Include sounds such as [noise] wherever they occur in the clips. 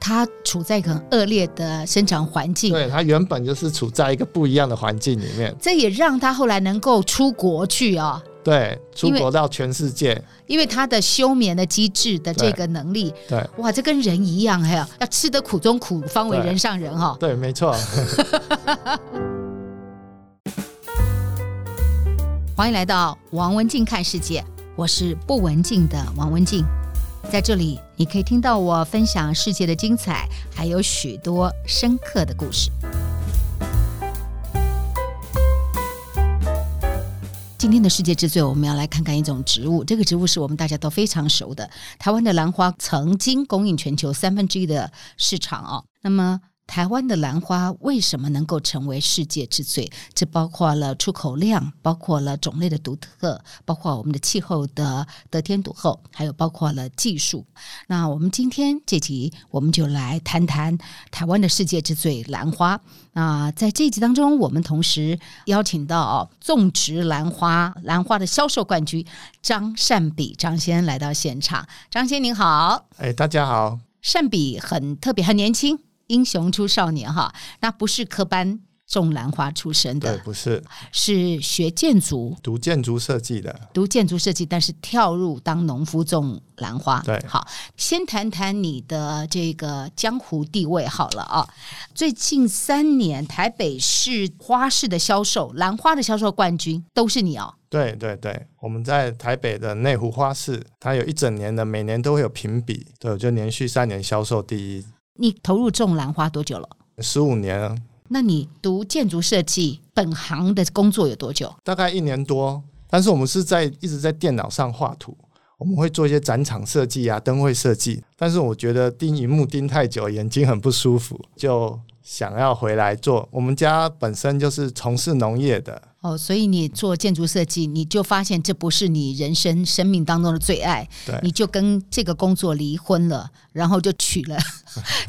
他处在一个很恶劣的生长环境，对他原本就是处在一个不一样的环境里面，这也让他后来能够出国去啊、对，出因为国到全世界，因为他的休眠的机制的这个能力，对哇，这跟人一样，还有要吃得苦中苦，方为对人上人哦哈、对，没错，欢迎来到王文静看世界，我是不文静的王文静，在这里你可以听到我分享世界的精彩，还有许多深刻的故事。今天的世界之最，我们要来看看一种植物，这个植物是我们大家都非常熟的。台湾的兰花曾经供应全球三分之一的市场哦。那么，台湾的兰花为什么能够成为世界之最？这包括了出口量，包括了种类的独特，包括我们的气候的呃得天独厚，还有包括了技术。那我们今天这集，我们就来谈谈台湾的世界之最——兰花。那在这一集当中，我们同时邀请到哦种植兰花、兰花的销售冠军张善比张先生来到现场。张先生您好，哎，大家好，善比很特别，很年轻，英雄出少年哈。那不是科班种兰花出身对，的，不是是学建筑。读建筑设计的，读建筑设计，但是跳入当农夫种兰花。对好，先谈谈你的这个江湖地位好了啊。最近三年，台北市花市的销售，兰花的销售冠军都是你哦。对对对，我们在台北的内湖花市，它有一整年的，每年都会有评比，对，我就连续三年销售第一，你投入种兰花多久了？十五年了，那你读建筑设计本行的工作有多久？大概一年多，但是我们是在一直在电脑上画图，我们会做一些展场设计啊、灯会设计，但是我觉得盯荧幕盯太久，眼睛很不舒服，就想要回来做。我们家本身就是从事农业的，哦，所以你做建筑设计，你就发现这不是你人生生命当中的最爱，对你就跟这个工作离婚了，然后就娶 [laughs] 了，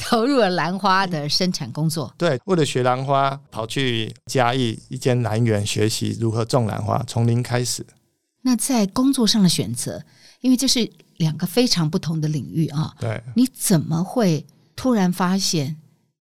投入了兰花的生产工作。对，为了学兰花，跑去嘉义一间兰园学习如何种兰花，从零开始。那在工作上的选择，因为这是两个非常不同的领域啊，对，你怎么会突然发现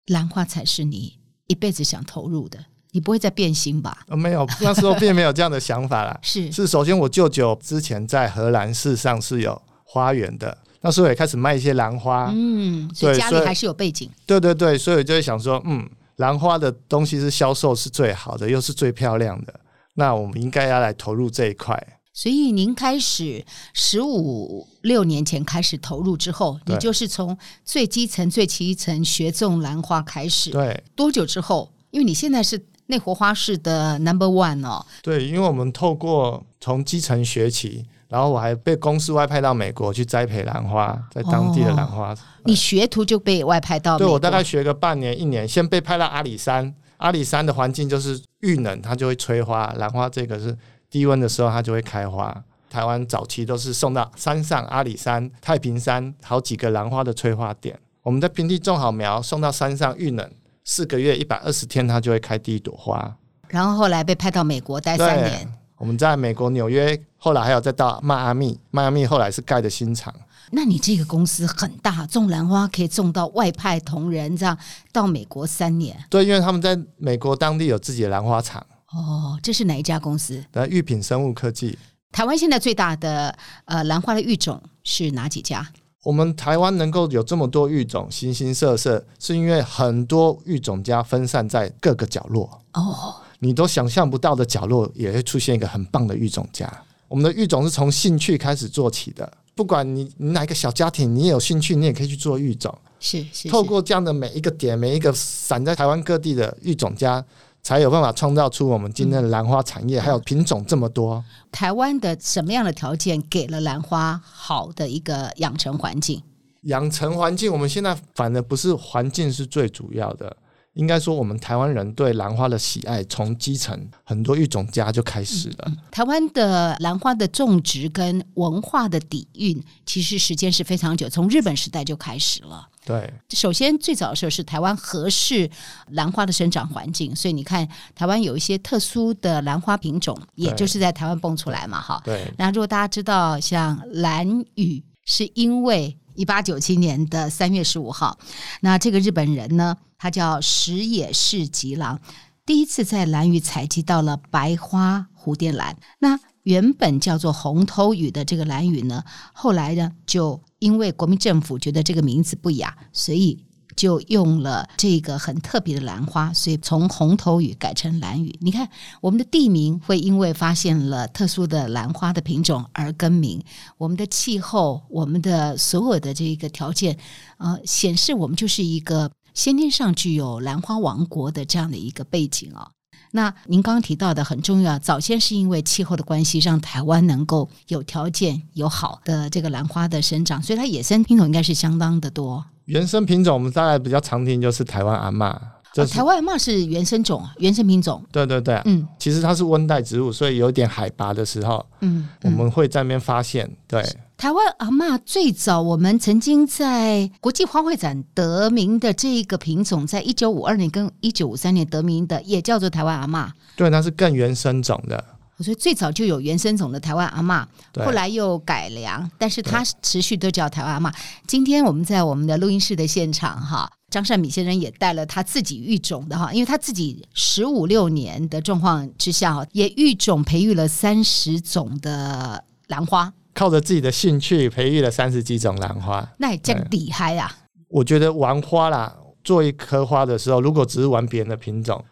兰花才是你一辈子想投入的？你不会再变心吧？呃，没有，那时候并没有这样的想法 [laughs] 啦。是是首先我舅舅之前在荷兰市上是有花园的，那时候也开始卖一些兰花。嗯，所以对家里所以还是有背景。对对对，所以我就会想说，嗯，兰花的东西是销售是最好的，又是最漂亮的，那我们应该要来投入这一块。所以您开始十五六年前开始投入之后，对你就是从最基层、最基层学种兰花开始。对多久之后？因为你现在是内湖花市的 number one 哦，对，因为我们透过从基层学起，然后我还被公司外派到美国去栽培兰花，在当地的兰花。你学徒就被外派到对美我国大概学个半年一年，先被派到阿里山。阿里山的环境就是遇冷，它就会催花；兰花这个是低温的时候，它就会开花。台湾早期都是送到山上阿里山、太平山好几个兰花的催花点。我们在平地种好苗，送到山上遇冷，四个月一百二十天，它就会开第一朵花。然后后来被派到美国待对三年。我们在美国纽约，后来还有再到迈阿密，迈阿密后来是盖的新厂。那你这个公司很大，种兰花可以种到外派同仁这样到美国三年对，因为他们在美国当地有自己的兰花厂，哦，这是哪一家公司？然后玉品生物科技。台湾现在最大的呃兰花的育种是哪几家？我们台湾能够有这么多育种，形形色色，是因为很多育种家分散在各个角落，哦，你都想象不到的角落，也会出现一个很棒的育种家。我们的育种是从兴趣开始做起的，不管你你哪一个小家庭，你也有兴趣，你也可以去做育种。是是是透过这样的每一个点，每一个散在台湾各地的育种家，才有办法创造出我们今天的兰花产业，还有品种这么多。台湾的什么样的条件给了兰花好的一个养成环境？养成环境，我们现在反而不是环境是最主要的，应该说我们台湾人对兰花的喜爱，从基层很多育种家就开始了。台湾的兰花的种植跟文化的底蕴，其实时间是非常久，从日本时代就开始了。对首先，最早的时候是台湾合适兰花的生长环境，所以你看，台湾有一些特殊的兰花品种，也就是在台湾蹦出来嘛，哈。对那如果大家知道，像兰屿是因为一八九七年的三月十五号，那这个日本人呢，他叫石野市吉郎，第一次在兰屿采集到了白花蝴蝶兰。那原本叫做红头屿的这个兰屿呢，后来呢，就因为国民政府觉得这个名字不雅，所以就用了这个很特别的兰花，所以从红头屿改成兰屿。你看，我们的地名会因为发现了特殊的兰花的品种而更名，我们的气候，我们的所有的这个条件，呃，显示我们就是一个先天上具有兰花王国的这样的一个背景啊、那您刚刚提到的很重要，早先是因为气候的关系，让台湾能够有条件有好的这个兰花的生长，所以它野生品种应该是相当的多。原生品种我们大概比较常听就是台湾阿嬷，这哦、是、台湾嘛是原生种、啊原生品种，对对对，嗯其实它是温带植物，所以有点海拔的时候，嗯，我嗯们会在那边发现。对，台湾阿嬷最早，我们曾经在国际花卉展得名的这个品种，在一九五二年跟一九五三年得名的，也叫做台湾阿嬷。对，它是更原生种的。所以最早就有原生种的台湾阿嬷，对后来又改良，但是它持续都叫台湾阿嬷。今天我们在我们的录音室的现场哈，张善敏先生也带了他自己育种的哈，因为他自己十五六年的状况之下哈，也育种培育了三十种的兰花，靠着自己的兴趣培育了三十几种兰花，那也叫厉害啊！我觉得玩花啦，做一棵花的时候，如果只是玩别人的品种，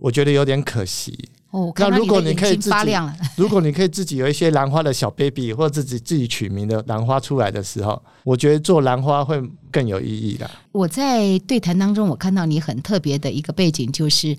我觉得有点可惜。哦，我看那到如果你的你可以眼睛自己发亮了， [laughs] 如果你可以自己有一些兰花的小 baby，或自己自己取名的兰花出来的时候，我觉得做兰花会更有意义啦。我在对谈当中，我看到你很特别的一个背景，就是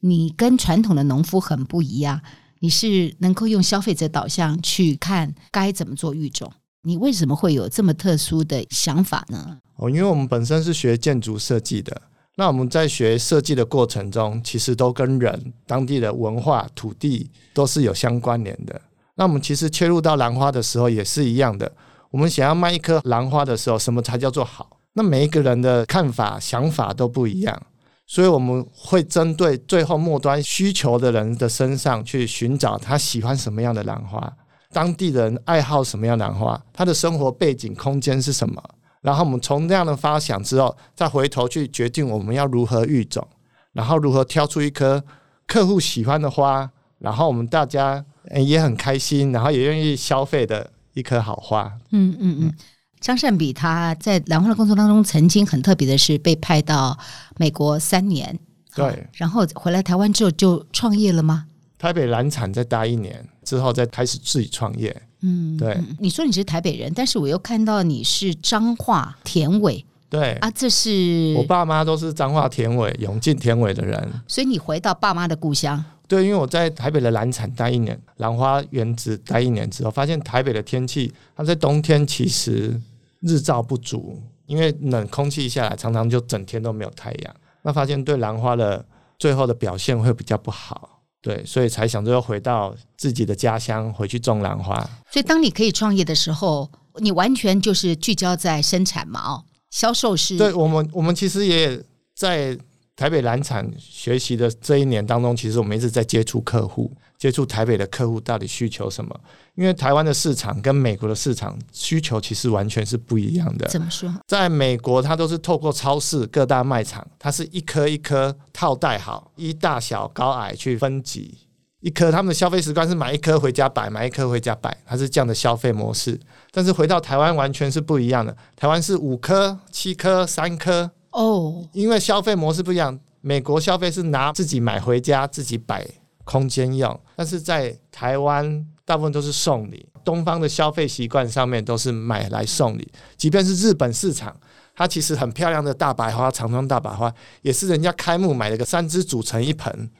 你跟传统的农夫很不一样，你是能够用消费者导向去看该怎么做育种。你为什么会有这么特殊的想法呢？哦，因为我们本身是学建筑设计的，那我们在学设计的过程中，其实都跟人、当地的文化、土地都是有相关联的。那我们其实切入到兰花的时候也是一样的，我们想要卖一颗兰花的时候，什么才叫做好？那每一个人的看法、想法都不一样，所以我们会针对最后末端需求的人的身上去寻找他喜欢什么样的兰花，当地人爱好什么样的兰花，他的生活背景、空间是什么。然后我们从那样的发想之后，再回头去决定我们要如何育种，然后如何挑出一颗客户喜欢的花，然后我们大家呃也很开心，然后也愿意消费的一棵好花。嗯嗯嗯。张善比他在兰花的工作当中，曾经很特别的是被派到美国三年，对，然后回来台湾之后就创业了吗？台北蓝产再待一年之后，再开始自己创业。嗯，对嗯。你说你是台北人，但是我又看到你是彰化田尾对，啊，这是我爸妈都是彰化田尾、永靖田尾的人。所以你回到爸妈的故乡，对，因为我在台北的兰产待一年，兰花园子待一年之后，发现台北的天气，它在冬天其实日照不足，因为冷空气下来，常常就整天都没有太阳。那发现对兰花的最后的表现会比较不好，对，所以才想着要回到自己的家乡，回去种兰花。所以当你可以创业的时候，你完全就是聚焦在生产嘛，哦，销售是对我们，我们其实也在台北蓝产学习的这一年当中，其实我们一直在接触客户，接触台北的客户到底需求什么？因为台湾的市场跟美国的市场需求其实完全是不一样的。怎么说？在美国，它都是透过超市各大卖场，它是一颗一颗套袋好，依大小高矮去分级。一颗他们的消费习惯是买一颗回家摆，买一颗回家摆，它是这样的消费模式。但是回到台湾完全是不一样的，台湾是五颗、七颗、三颗，哦，因为消费模式不一样，美国消费是拿自己买回家自己摆空间用，但是在台湾大部分都是送礼。东方的消费习惯上面都是买来送礼，即便是日本市场，它其实很漂亮的大白花，长庄大白花也是人家开幕买了个三支组成一盆，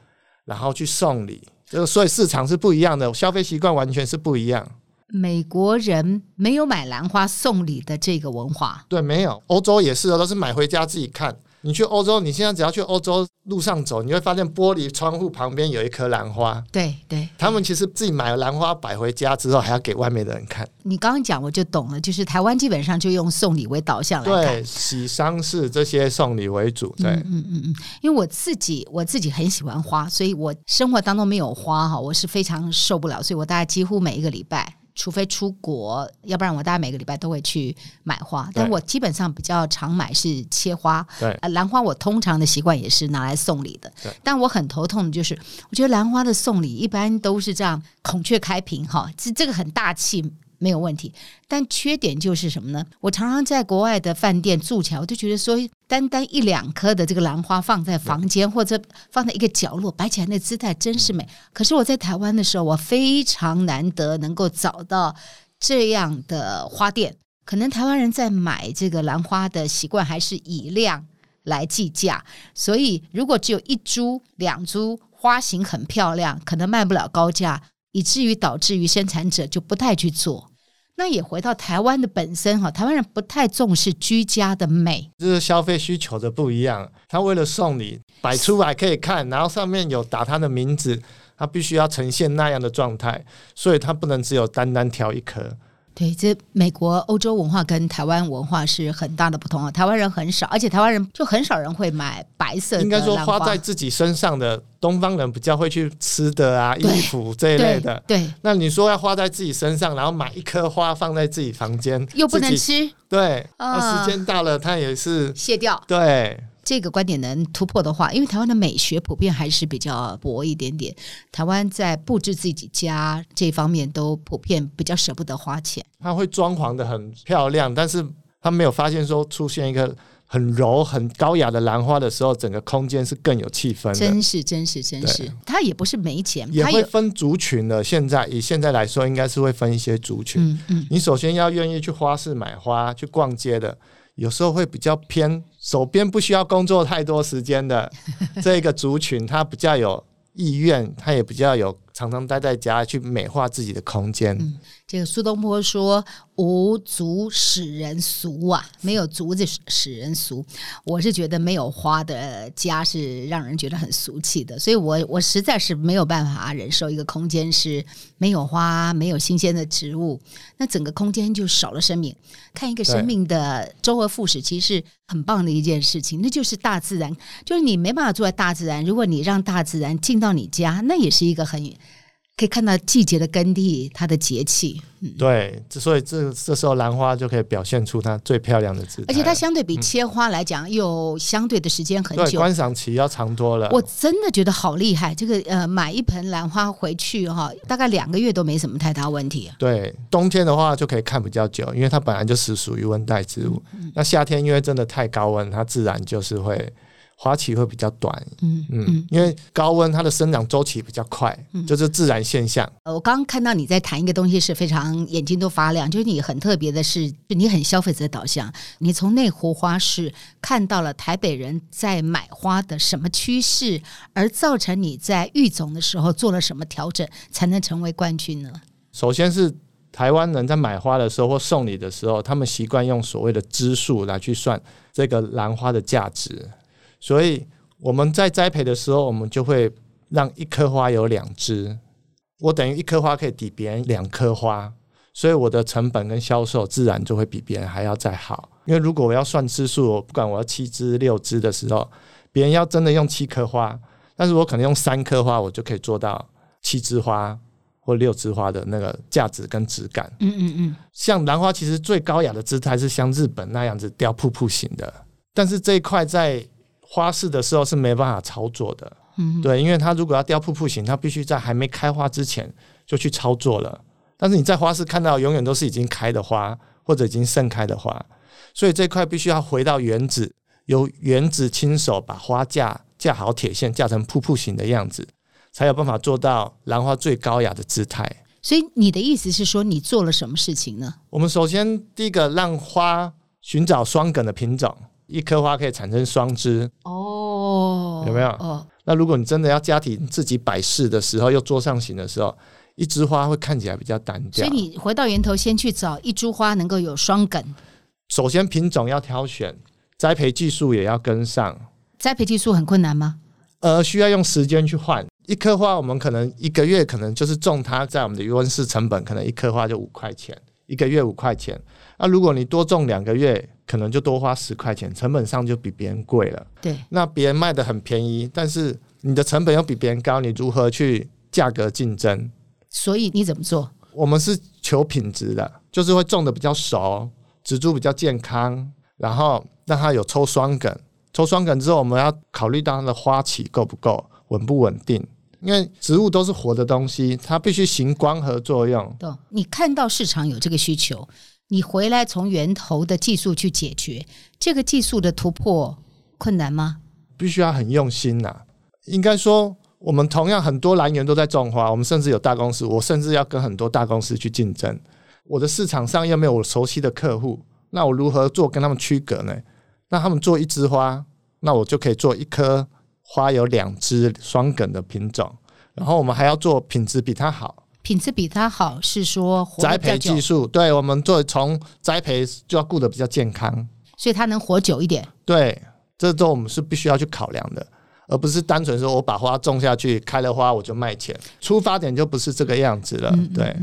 然后去送礼。这个所以市场是不一样的，消费习惯完全是不一样。美国人没有买兰花送礼的这个文化，对，没有，欧洲也是哦的，都是买回家自己看。你去欧洲，你现在只要去欧洲路上走，你会发现玻璃窗户旁边有一颗兰花。对对。他们其实自己买了兰花摆回家之后，还要给外面的人看。你刚刚讲我就懂了，就是台湾基本上就用送礼为导向来看。对，喜丧事这些送礼为主。对，嗯嗯嗯，因为我自己我自己很喜欢花，所以我生活当中没有花哈，我是非常受不了，所以我大概几乎每一个礼拜。除非出国，要不然我大概每个礼拜都会去买花。但对我基本上比较常买是切花，对呃兰花我通常的习惯也是拿来送礼的对。但我很头痛的就是，我觉得兰花的送礼一般都是这样，孔雀开屏哈，这这个很大气。没有问题，但缺点就是什么呢？我常常在国外的饭店住起来，我就觉得说，单单一两颗的这个兰花放在房间或者放在一个角落，摆起来那姿态真是美。可是我在台湾的时候，我非常难得能够找到这样的花店。可能台湾人在买这个兰花的习惯还是以量来计价，所以如果只有一株、两株，花型很漂亮，可能卖不了高价，以至于导致于生产者就不太去做。那也回到台湾的本身哈，台湾人不太重视居家的美，就是消费需求的不一样。他为了送礼摆出来可以看，然后上面有打他的名字，他必须要呈现那样的状态，所以他不能只有单单挑一颗。对，这美国、欧洲文化跟台湾文化是很大的不同啊。台湾人很少，而且台湾人就很少人会买白色的应该说兰花在自己身上的，东方人比较会去吃的啊、对衣服这一类对的。对，那你说要花在自己身上，然后买一颗花放在自己房间，又不自能己吃，对，啊那时间到了，它也是卸掉。对，这个观点能突破的话，因为台湾的美学普遍还是比较薄一点点，台湾在布置自己家这方面都普遍比较舍不得花钱。它会装潢的很漂亮，但是他没有发现说出现一个很柔、很高雅的兰花的时候，整个空间是更有气氛的。真是真是真是，他也不是没钱，也他会有分族群的，现在以现在来说，应该是会分一些族群。嗯嗯，你首先要愿意去花市买花、去逛街的，有时候会比较偏手边不需要工作太多时 [laughs] 间的这个族群，他比较有意愿，他也比较有常常待在家去美化自己的空间。这个苏东坡说“无足使人俗”啊，没有足子使人俗。我是觉得没有花的家是让人觉得很俗气的，所以我我实在是没有办法忍受一个空间是没有花、没有新鲜的植物，那整个空间就少了生命。看一个生命的周而复始，其实是很棒的一件事情，那就是大自然，就是你没办法住在大自然，如果你让大自然进到你家，那也是一个很。可以看到季节的更替，它的节气，对，之所以这这时候兰花就可以表现出它最漂亮的姿态了，而且它相对比切花来讲，有相对的时间很嗯对久。观赏期要长多了。我真的觉得好厉害，这个呃，买一盆兰花回去哈、大概两个月都没什么太大问题。对，冬天的话就可以看比较久，因为它本来就是属于温带植物。嗯那夏天因为真的太高温，它自然就是会花期会比较短。嗯嗯，因为高温它的生长周期比较快，就是自然现象。呃我刚刚看到你在谈一个东西是非常眼睛都发亮，就是你很特别的是，就你很消费者导向，你从内湖花市看到了台北人在买花的什么趋势，而造成你在育种的时候做了什么调整，才能成为冠军呢？首先是台湾人在买花的时候或送礼的时候，他们习惯用所谓的支数来去算这个兰花的价值，所以我们在栽培的时候，我们就会让一颗花有两支，我等于一颗花可以抵别人两颗花，所以我的成本跟销售自然就会比别人还要再好。因为如果我要算支数，我不管我要七支六支的时候，别人要真的用七颗花，但是我可能用三颗花，我就可以做到七枝花或六枝花的那个价值跟质感。嗯嗯嗯，像兰花，其实最高雅的姿态是像日本那样子雕瀑布型的，但是这一块在花市的时候是没办法操作的。嗯对，因为它如果要雕瀑布型，它必须在还没开花之前就去操作了。但是你在花市看到永远都是已经开的花或者已经盛开的花，所以这块必须要回到原子，由原子亲手把花架架好铁线，架成瀑布型的样子，才有办法做到兰花最高雅的姿态。所以你的意思是说，你做了什么事情呢？我们首先第一个让花寻找双梗的品种，一颗花可以产生双枝。哦有没有哦，那如果你真的要家庭自己摆饰的时候，又桌上型的时候，一枝花会看起来比较单所调。以你回到源头，先去找一株花能够有双梗，首先品种要挑选，栽培技术也要跟上，栽培技术很困难吗？呃，需要用时间去换。一颗花我们可能一个月可能就是种它，在我们的余温室成本可能一颗花就五块钱，一个月五块钱。那、如果你多种两个月，可能就多花十块钱，成本上就比别人贵了。对，那别人卖的很便宜，但是你的成本又比别人高，你如何去价格竞争？所以你怎么做？我们是求品质的，就是会种的比较熟，植株比较健康，然后让它有抽双梗。抽双梗之后，我们要考虑到它的花期够不够，稳不稳定。因为植物都是活的东西，它必须行光合作用。懂？你看到市场有这个需求，你回来从源头的技术去解决这个技术的突破困难吗？必须要很用心呐、应该说，我们同样很多来源都在种花，我们甚至有大公司，我甚至要跟很多大公司去竞争。我的市场上又没有我熟悉的客户，那我如何做跟他们区隔呢？那他们做一枝花，那我就可以做一颗花有两枝双梗的品种，然后我们还要做品质比它好。品质比它好是说活栽得比较培技久，术，对我们做从栽培就要顾得比较健康，所以它能活久一点。对，这都我们是必须要去考量的，而不是单纯说我把花种下去，开了花我就卖钱，出发点就不是这个样子了。对，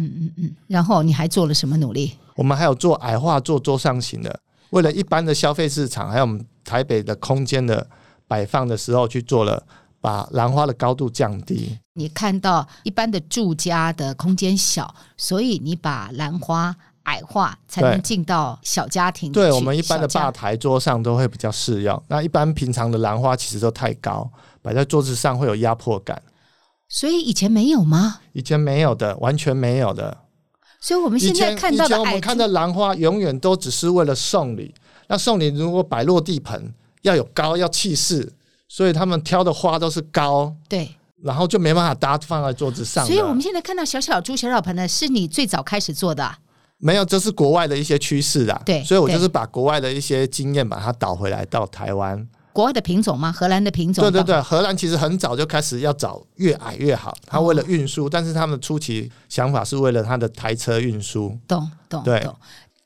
然后你还做了什么努力？我们还有做矮化、做桌上型的，为了一般的消费市场，还有我们台北的空间的摆放的时候去做了，把兰花的高度降低。你看到一般的住家的空间小，所以你把兰花矮化，才对能进到小家庭嗯里去。对我们一般的小家吧台桌上都会比较适用，那一般平常的兰花其实都太高，摆在桌子上会有压迫感。所以以前没有吗？以前没有的，完全没有的。所以我们以现前在看到以前的我矮们看柱到兰花，永远都只是为了送礼。那送礼如果摆落地盆，要有高，要气势，所以他们挑的花都是高，对，然后就没办法搭放在桌子上的。所以我们现在看到小小猪、小小盆呢，是你最早开始做的啊、没有，这是国外的一些趋势啦。对所以我就对是把国外的一些经验把它导回来到台湾。国外的品种吗？荷兰的品种？对对。对，荷兰其实很早就开始要找越矮越好，他为了哦运输，但是他们初期想法是为了他的台车运输。懂懂对懂。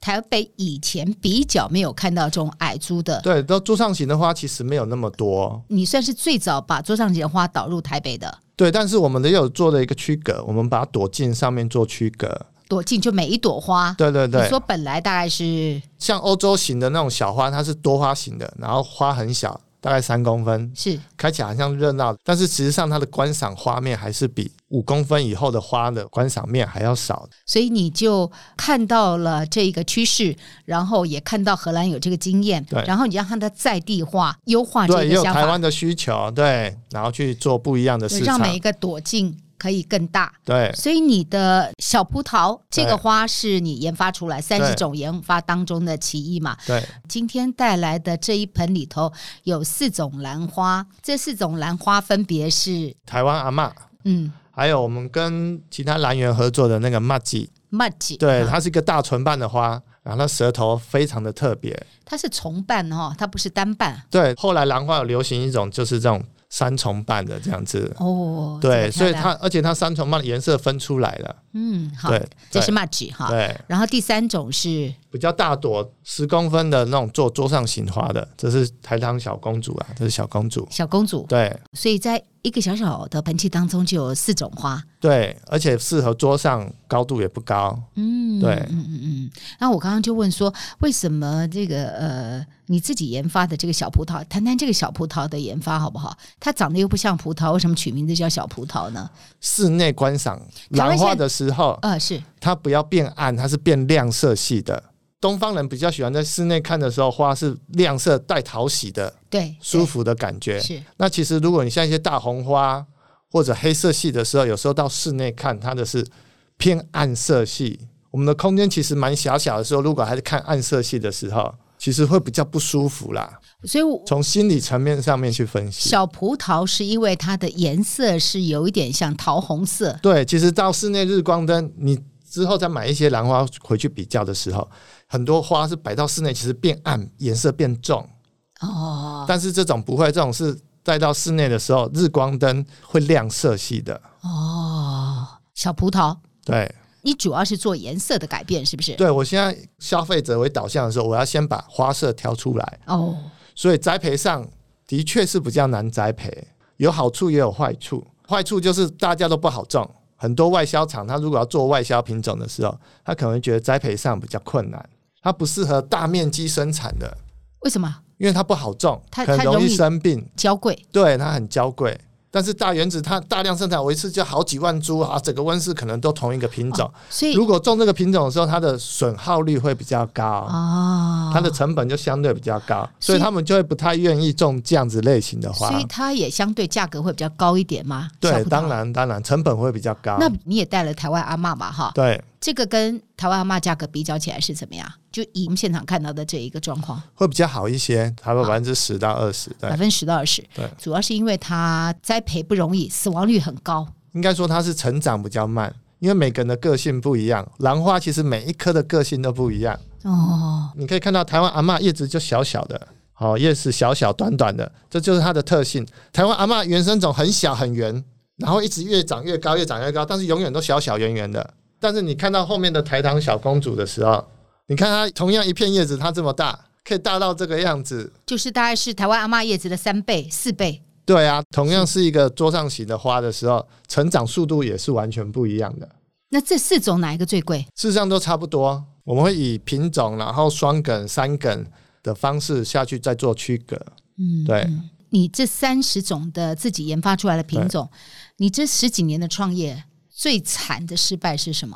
台北以前比较没有看到这种矮株的，对，都桌上型的花其实没有那么多。你算是最早把桌上型花导入台北的，对，但是我们也有做了一个区隔，我们把朵茎上面做区隔。朵进就每一朵花。对对对啊你，说本来大概是像欧洲型的那种小花，它是多花型的，然后花很小，大概三公分，是开起来好像热闹，但是实际上它的观赏画面还是比五公分以后的花的观赏面还要少。所以你就看到了这个趋势，然后也看到荷兰有这个经验对，然后你让它的在地化、优化这对，也个有想台法，湾的需求，对，然后去做不一样的对市让场。每一个朵径可以更大。对所以你的小葡萄这对个花是你研发出来三对十种研发当中的其一嘛？对，今天带来的这一盆里头有四种兰花，这四种兰花分别是台湾阿嬷，嗯还有我们跟其他兰园合作的那个麦吉， m u d g 对，它是一个大唇瓣的花，然后它舌头非常的特别，它是重瓣哦，它不是单瓣对，后来兰花有流行一种就是这种三重瓣的这样子，哦。对，这所么漂以亮它而且它三重瓣的颜色分出来了，嗯好对，这是 m u d g 哈。对，然后第三种是比较大朵十公分的那种做桌上型花的，这是台糖小公主啊，这是小公主，小公主，对所以在一个小小的盆器当中就有四种花。对，而且适合桌上，高度也不高，嗯，对嗯嗯嗯。那我刚刚就问说，为什么这个呃你自己研发的这个小葡萄，谈谈这个小葡萄的研发好不好？它长得又不像葡萄，为什么取名字叫小葡萄呢？室内观赏台湾兰花现在的时候，呃，是它不要变暗，它是变亮色系的。东方人比较喜欢在室内看的时候，花是亮色带讨喜的、对，舒服的感觉对。是那其实如果你像一些大红花或者黑色系的时候，有时候到室内看它的是偏暗色系。我们的空间其实蛮狭小的时候，如果还是看暗色系的时候，其实会比较不舒服啦。所以我从心理层面上面去分析，小葡萄是因为它的颜色是有一点像桃红色，对，其实到室内日光灯，你之后再买一些兰花回去比较的时候，很多花是摆到室内，其实变暗，颜色变重。哦但是这种不会，这种是带到室内的时候，日光灯会亮色系的。哦，小葡萄，对，你主要是做颜色的改变，是不是？对我现在消费者为导向的时候，我要先把花色挑出来，哦，所以栽培上的确是比较难栽培，有好处也有坏处。坏处就是大家都不好种，很多外销厂它如果要做外销品种的时候，它可能会觉得栽培上比较困难，它不适合大面积生产的，为什么因为它不好种，它很它容容易易生病，娇贵？对它很娇贵。但是大原子它大量生产，我一次就好几万株啊，整个温室可能都同一个品种。所以如果种这个品种的时候，它的损耗率会比较高，啊，它的成本就相对比较高，所所以以他们就会不太愿意种这样子类型的所花以。它也相对价格会比较高一点嘛。小对，葡萄当。然当然，成本会比较高。那你也带了台湾阿嬷嘛哈？对，这个跟台湾阿嬷价格比较起来是怎么样？就以我们现场看到的这一个状况，会比较好一些，差不多百分之十到二十。对百，分之十到二十对，主要是因为它栽培不容易，死亡率很高。应该说它是成长比较慢，因为每个人的个性不一样。兰花其实每一棵的个性都不一样。哦，你可以看到台湾阿嬷叶子就小小的，好、叶子小小短短的，这就是它的特性。台湾阿嬷原生种很小很圆，然后一直越长越高，越长越高，但是永远都小小圆圆的。但是你看到后面的台糖小公主的时候，你看它同样一片叶子，它这么大，可以大到这个样子。就是大概是台湾阿嬷叶子的三倍、四倍。对啊，同样是一个桌上型的花的时候，成长速度也是完全不一样的。那这四种哪一个最贵？事实上都差不多，我们会以品种，然后双梗、三梗的方式下去再做区隔。嗯，对嗯你这三十种的自己研发出来的品种，你这十几年的创业最惨的失败是什么？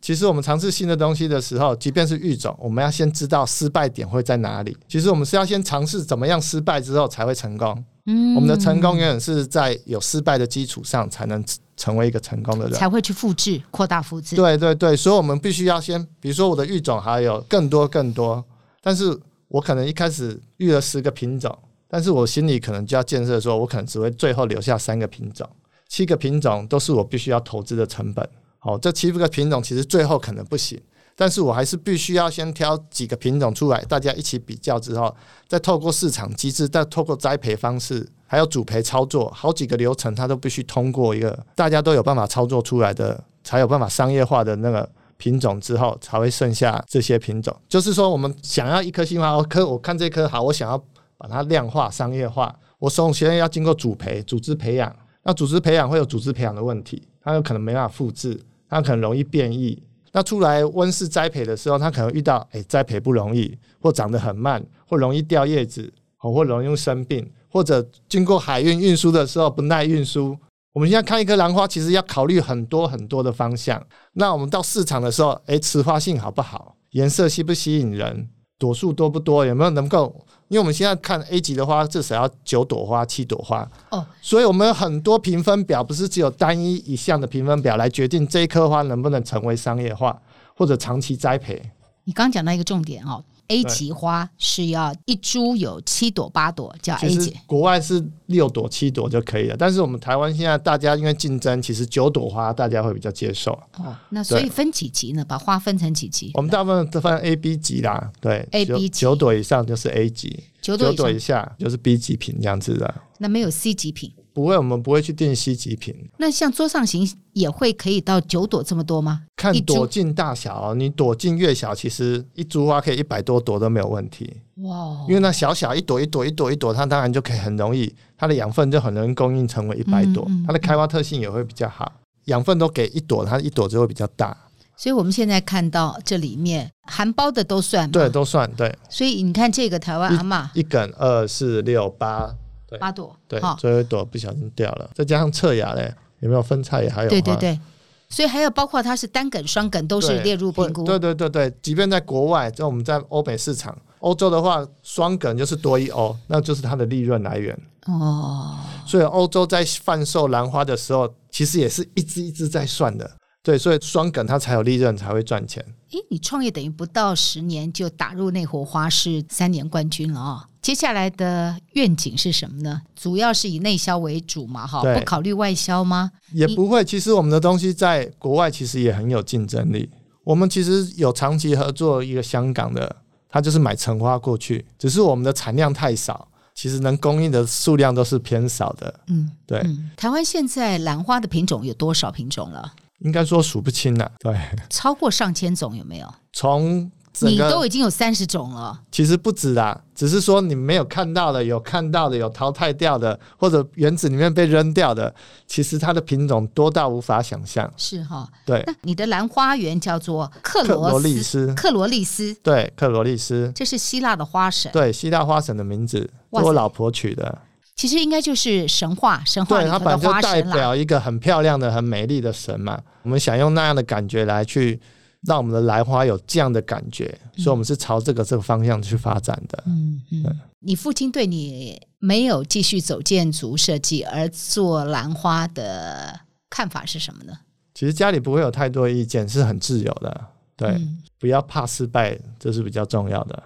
其实我们尝试新的东西的时候，即便是育种，我们要先知道失败点会在哪里。其实我们是要先尝试怎么样失败之后才会成功。嗯我们的成功永远是在有失败的基础上，才能成为一个成功的人。才会去复制、扩大复制。啊对对对，所以我们必须要先，比如说我的育种还有更多更多，但是我可能一开始育了十个品种，但是我心里可能就要建设说，我可能只会最后留下三个品种，七个品种都是我必须要投资的成本。好、这七个品种其实最后可能不行，但是我还是必须要先挑几个品种出来，大家一起比较之后，再透过市场机制，再透过栽培方式，还有主培操作，好几个流程，它都必须通过一个大家都有办法操作出来的，才有办法商业化的那个品种之后，才会剩下这些品种。就是说，我们想要一颗新花，我颗我看这颗好，我想要把它量化、商业化，我首先要经过主培、组织培养。那组织培养会有组织培养的问题，它有可能没办法复制，它可能容易变异。那出来温室栽培的时候，它可能遇到哎、栽培不容易，或长得很慢，或容易掉叶子，哦，或容易生病，或者经过海运运输的时候不耐运输。我们现在看一颗兰花，其实要考虑很多很多的方向。那我们到市场的时候，哎、持花性好不好？颜色吸不吸引人？朵数多不多？有没有能够？因为我们现在看 A 级的花，至少要九朵花、七朵花，哦，所以我们有很多评分表，不是只有单一一项的评分表来决定这一颗花能不能成为商业化或者长期栽培。你刚讲到一个重点哦，A 级花是要一株有七朵八朵，叫其 A 实级。国外是六朵、七朵就可以了，但是我们台湾现在大家因为竞争，其实九朵花大家会比较接受。哦，那所以分几级呢？把花分成几级？我们大部分都分 A、B 级啦，对 A 九 B 级九朵以上就是 A 级，九朵九以上朵以，下就是 B 级品这样子的。那没有 C 级品。不会，我们不会去定 C 级品，那像桌上型也会可以到九朵这么多吗？看一株朵径大小哦，你朵径越小，其实一株花可以一百多朵都没有问题。哇哦，因为那小小一朵一朵一朵一朵，它当然就可以很容易，它的养分就很容易供应成为一百朵，嗯嗯它的开花特性也会比较好。养分都给一朵，它一朵就会比较大。所以我们现在看到这里面含苞的都算嘛对，，都算对，所以你看这个台湾阿嬷一梗二四六八，对八朵，对哈，，最后一朵不小心掉了，再加上侧芽嘞，有没有分叉也还有对对花对，所以还有包括它是单梗、双梗都是对列入评估。对对对对，即便在国外，在我们在欧美市场，欧洲的话，双梗就是多一欧，那就是它的利润来源。哦，所以欧洲在贩售兰花的时候，其实也是一支一支在算的。对，所以双梗它才有利润，才会赚钱。诶，你创业等于不到十年就打入那火花是三年冠军了啊、接下来的愿景是什么呢？主要是以内销为主嘛，哈，对不考虑外销吗？也不会，其实我们的东西在国外其实也很有竞争力。我们其实有长期合作一个香港的，他就是买橙花过去，只是我们的产量太少，其实能供应的数量都是偏少的。嗯，对嗯台湾现在兰花的品种有多少品种 [laughs] 了？应该说数不清了、对，超过上千种有没有？从整你都个已经有三十种了，其实不止啦，只是说你没有看到的，有看到的，有淘汰掉的，或者原子里面被扔掉的，其实它的品种多到无法想象。是哈？对，那你的兰花园叫做克克罗罗利斯，斯，克罗利斯，对，克罗利斯，这是希腊的花神。对，希腊花神的名字，是哇塞我老婆取的。其实应该就是神话，神话对，里它头本的来就花代神啦。表一个很漂亮的、很美丽的神嘛。我们想用那样的感觉来去让我们的兰花有这样的感觉，所以我们是朝这个这个方向去发展的。嗯嗯，你父亲对你没有继续走建筑设计而做兰花的看法是什么呢？其实家里不会有太多意见，是很自由的。对，嗯不要怕失败，这是比较重要的。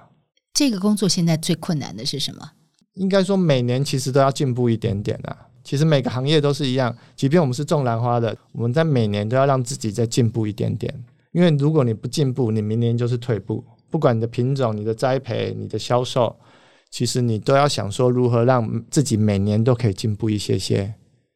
这个工作现在最困难的是什么？应该说每年其实都要进步一点点啊。其实每个行业都是一样，即便我们是种兰花的，我们在每年都要让自己再进步一点点。因为如果你不进步，你明年就是退步。不管你的品种、你的栽培、你的销售，其实你都要想说如何让自己每年都可以进步一些些。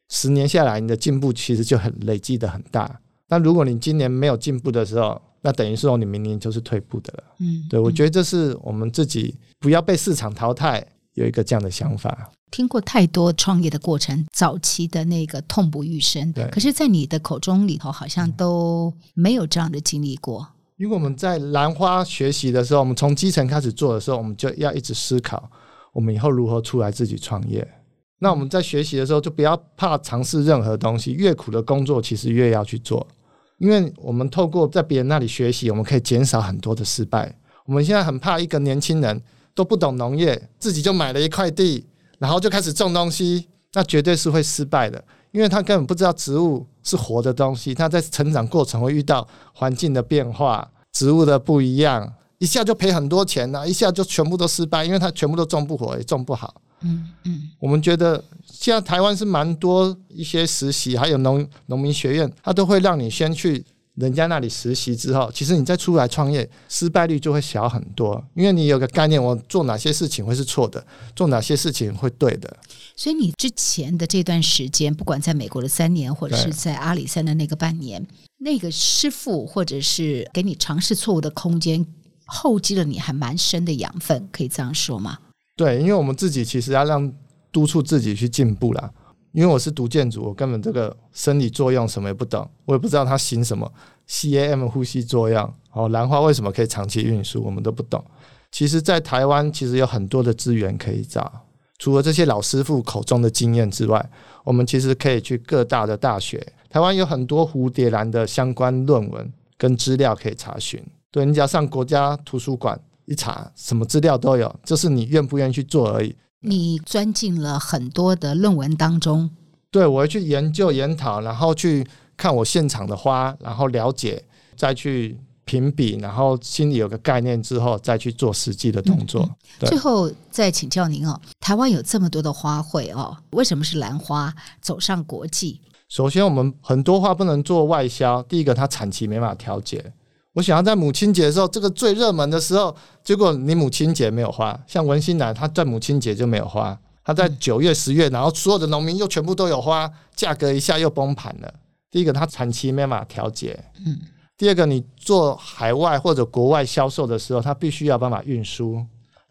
十年下来，你的进步其实就很累积的很大。那如果你今年没有进步的时候，那等于是说你明年就是退步的了。嗯，对，我嗯觉得这是我们自己不要被市场淘汰，有一个这样的想法。听过太多创业的过程，早期的那个痛不欲生对，嗯可是，在你的口中里头，好像都没有这样的经历过。因为我们在兰花学习的时候，我们从基层开始做的时候，我们就要一直思考，我们以后如何出来自己创业。那我们在学习的时候，就不要怕尝试任何东西，越苦的工作其实越要去做，因为我们透过在别人那里学习，我们可以减少很多的失败。我们现在很怕一个年轻人都不懂农业，自己就买了一块地，然后就开始种东西，那绝对是会失败的，因为他根本不知道植物是活的东西，他在成长过程会遇到环境的变化、植物的不一样，一下就赔很多钱呐、一下就全部都失败，因为他全部都种不活，也种不好。嗯嗯我们觉得现在台湾是蛮多一些实习，还有农农民学院，它都会让你先去人家那里实习之后，其实你再出来创业，失败率就会小很多，因为你有个概念，我做哪些事情会是错的，做哪些事情会对的。所以你之前的这段时间，不管在美国的三年，或者对是在阿里山的那个半年，那个师傅或者是给你尝试错误的空间，厚积了你还蛮深的养分，可以这样说吗？对，因为我们自己其实要让督促自己去进步啦。因为我是读建筑，我根本这个生理作用什么也不懂，我也不知道它行什么 CAM 呼吸作用，哦，兰花为什么可以长期运输，我们都不懂。其实，在台湾其实有很多的资源可以找，除了这些老师傅口中的经验之外，我们其实可以去各大的大学，台湾有很多蝴蝶兰的相关论文跟资料可以查询。对，你只要上国家图书馆一查，什么资料都有，就是你愿不愿意去做而已。你钻进了很多的论文当中，对我会去研究研讨，然后去看我现场的花，然后了解，再去评比，然后心里有个概念之后，再去做实际的动作。对最后再请教您哦，台湾有这么多的花卉哦，为什么是兰花走上国际？首先，我们很多花不能做外销，第一个它产期没办法调节。我想要在母亲节的时候，这个最热门的时候，结果你母亲节没有花，像文心兰，它在母亲节就没有花，它在九月、十月，然后所有的农民又全部都有花，价格一下又崩盘了。第一个，它产期没办法调节，嗯，第二个，你做海外或者国外销售的时候，它必须要办法运输。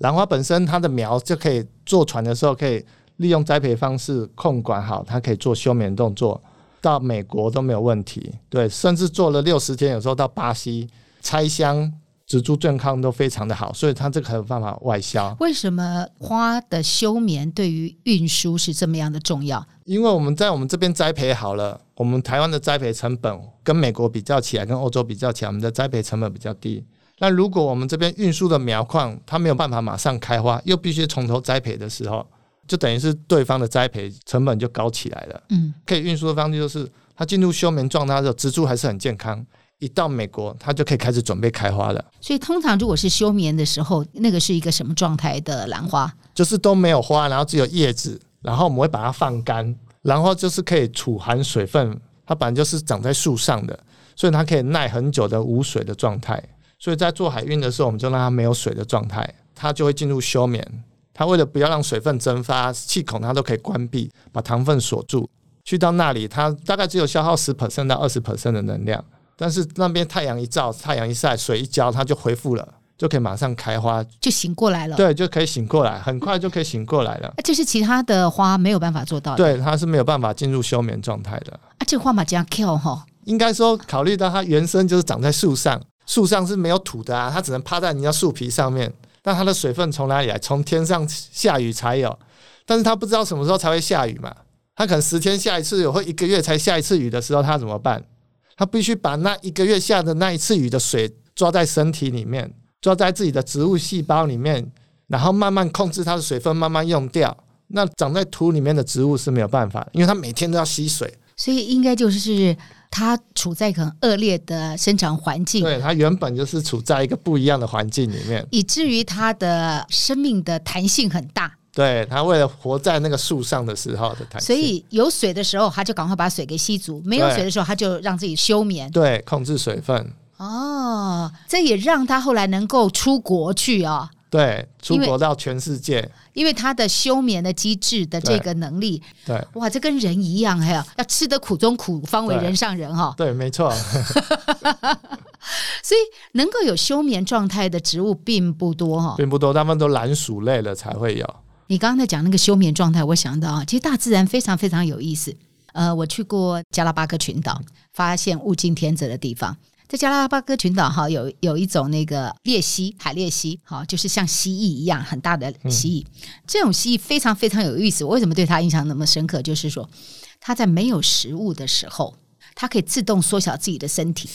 兰花本身它的苗就可以坐船的时候，可以利用栽培方式控管好，它可以做休眠动作，到美国都没有问题。对，甚至做了六十天，有时候到巴西拆箱，植株健康都非常的好，所以它这个很有办法外销。为什么花的休眠对于运输是这么样的重要？因为我们在我们这边栽培好了，我们台湾的栽培成本跟美国比较起来，跟欧洲比较起来，我们的栽培成本比较低。那如果我们这边运输的苗矿它没有办法马上开花，又必须从头栽培的时候，就等于是对方的栽培成本就高起来了。嗯，可以运输的方式就是它进入休眠状态的时候，植株还是很健康，一到美国它就可以开始准备开花了，所以通常如果是休眠的时候，那个是一个什么状态的兰花？就是都没有花，然后只有叶子，然后我们会把它放干，然后就是可以储含水分，它本来就是长在树上的，所以它可以耐很久的无水的状态。所以在做海运的时候，我们就让它没有水的状态，它就会进入休眠。它为了不要让水分蒸发，气孔它都可以关闭，把糖分锁住。去到那里，它大概只有消耗十 percent 到二十 percent 的能量，但是那边太阳一照，太阳一晒，水一浇，它就恢复了，就可以马上开花，就醒过来了。，啊对，就可以醒过来，很快就可以醒过来了。这是其他的花没有办法做到的。对，它是没有办法进入休眠状态的。啊，这花嘛这样 kill 哈，应该说，考虑到它原生就是长在树上，树上是没有土的啊，它只能趴在人家树皮上面。那它的水分从哪里来？从天上下雨才有。但是他不知道什么时候才会下雨嘛，他可能十天下一次雨，或一个月才下一次雨的时候，他怎么办？他必须把那一个月下的那一次雨的水抓在身体里面，抓在自己的植物细胞里面，然后慢慢控制它的水分，慢慢用掉。那长在土里面的植物是没有办法，因为它每天都要吸水，所以应该就是它处在很恶劣的生长环境，对它原本就是处在一个不一样的环境里面。以至于它的生命的弹性很大。对它为了活在那个树上的时候的弹性，所以有水的时候，它就赶快把水给吸足；没有对水的时候，它就让自己休眠。对控制水分，哦，这也让它后来能够出国去哦，对出因为国到全世界，因为它的休眠的机制的这对个能力，对哇，这跟人一样，还有要吃得苦中苦，方为对人上人哈、哦。对，没错，所以能够有休眠状态的植物并不多哈、哦。并不多，他们都蓝属类了才会有。你刚刚在讲那个休眠状态，我想到啊，其实大自然非常非常有意思。呃，我去过加拉巴哥群岛，发现物竞天择的地方。在加拉巴哥群岛哈，有有一种那个鬣蜥，海鬣蜥，哈，就是像蜥蜴一样很大的蜥蜴。这种蜥蜴非常非常有意思。我为什么对它印象那么深刻？就是说，它在没有食物的时候，它可以自动缩小自己的身体，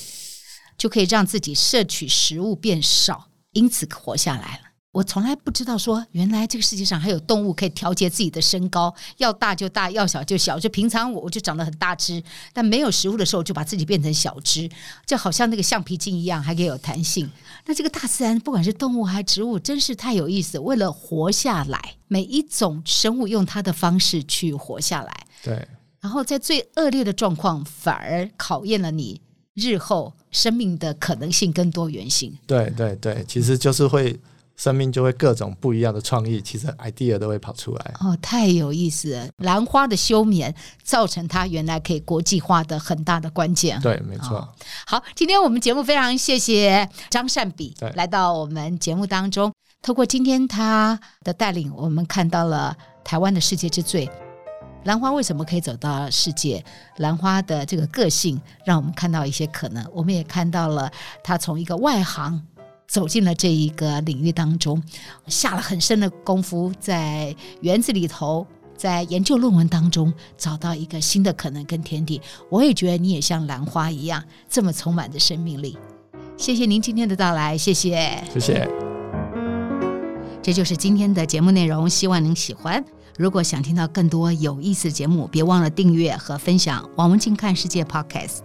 就可以让自己摄取食物变少，因此活下来了。我从来不知道说，原来这个世界上还有动物可以调节自己的身高，要大就大，要小就小。就平常我我就长得很大只，但没有食物的时候就把自己变成小只，就好像那个橡皮筋一样，还可以有弹性。那这个大自然，不管是动物还是植物，真是太有意思。为了活下来，每一种生物用它的方式去活下来。对，然后在最恶劣的状况，反而考验了你日后生命的可能性跟多元性。对，对，对，其实就是会生命就会各种不一样的创意，其实 idea 都会跑出来。哦，太有意思了！兰花的休眠造成它原来可以国际化的很大的关键。对，没错。哦好，今天我们节目非常谢谢张善比对来到我们节目当中，透过今天他的带领，我们看到了台湾的世界之最。兰花为什么可以走到世界？兰花的这个个性，让我们看到一些可能。我们也看到了他从一个外行走进了这一个领域当中，下了很深的功夫，在园子里头，在研究论文当中找到一个新的可能跟天地。我也觉得你也像兰花一样，这么充满着生命力。谢谢您今天的到来，谢谢。谢谢。这就是今天的节目内容，希望您喜欢。如果想听到更多有意思的节目，别忘了订阅和分享“王文静看世界 ”Podcast。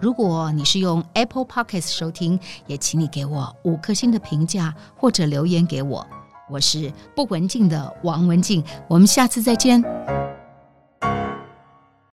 如果你是用 Apple Podcast 收听，也请你给我五颗星的评价或者留言给我。我是不文静的王文静，我们下次再见。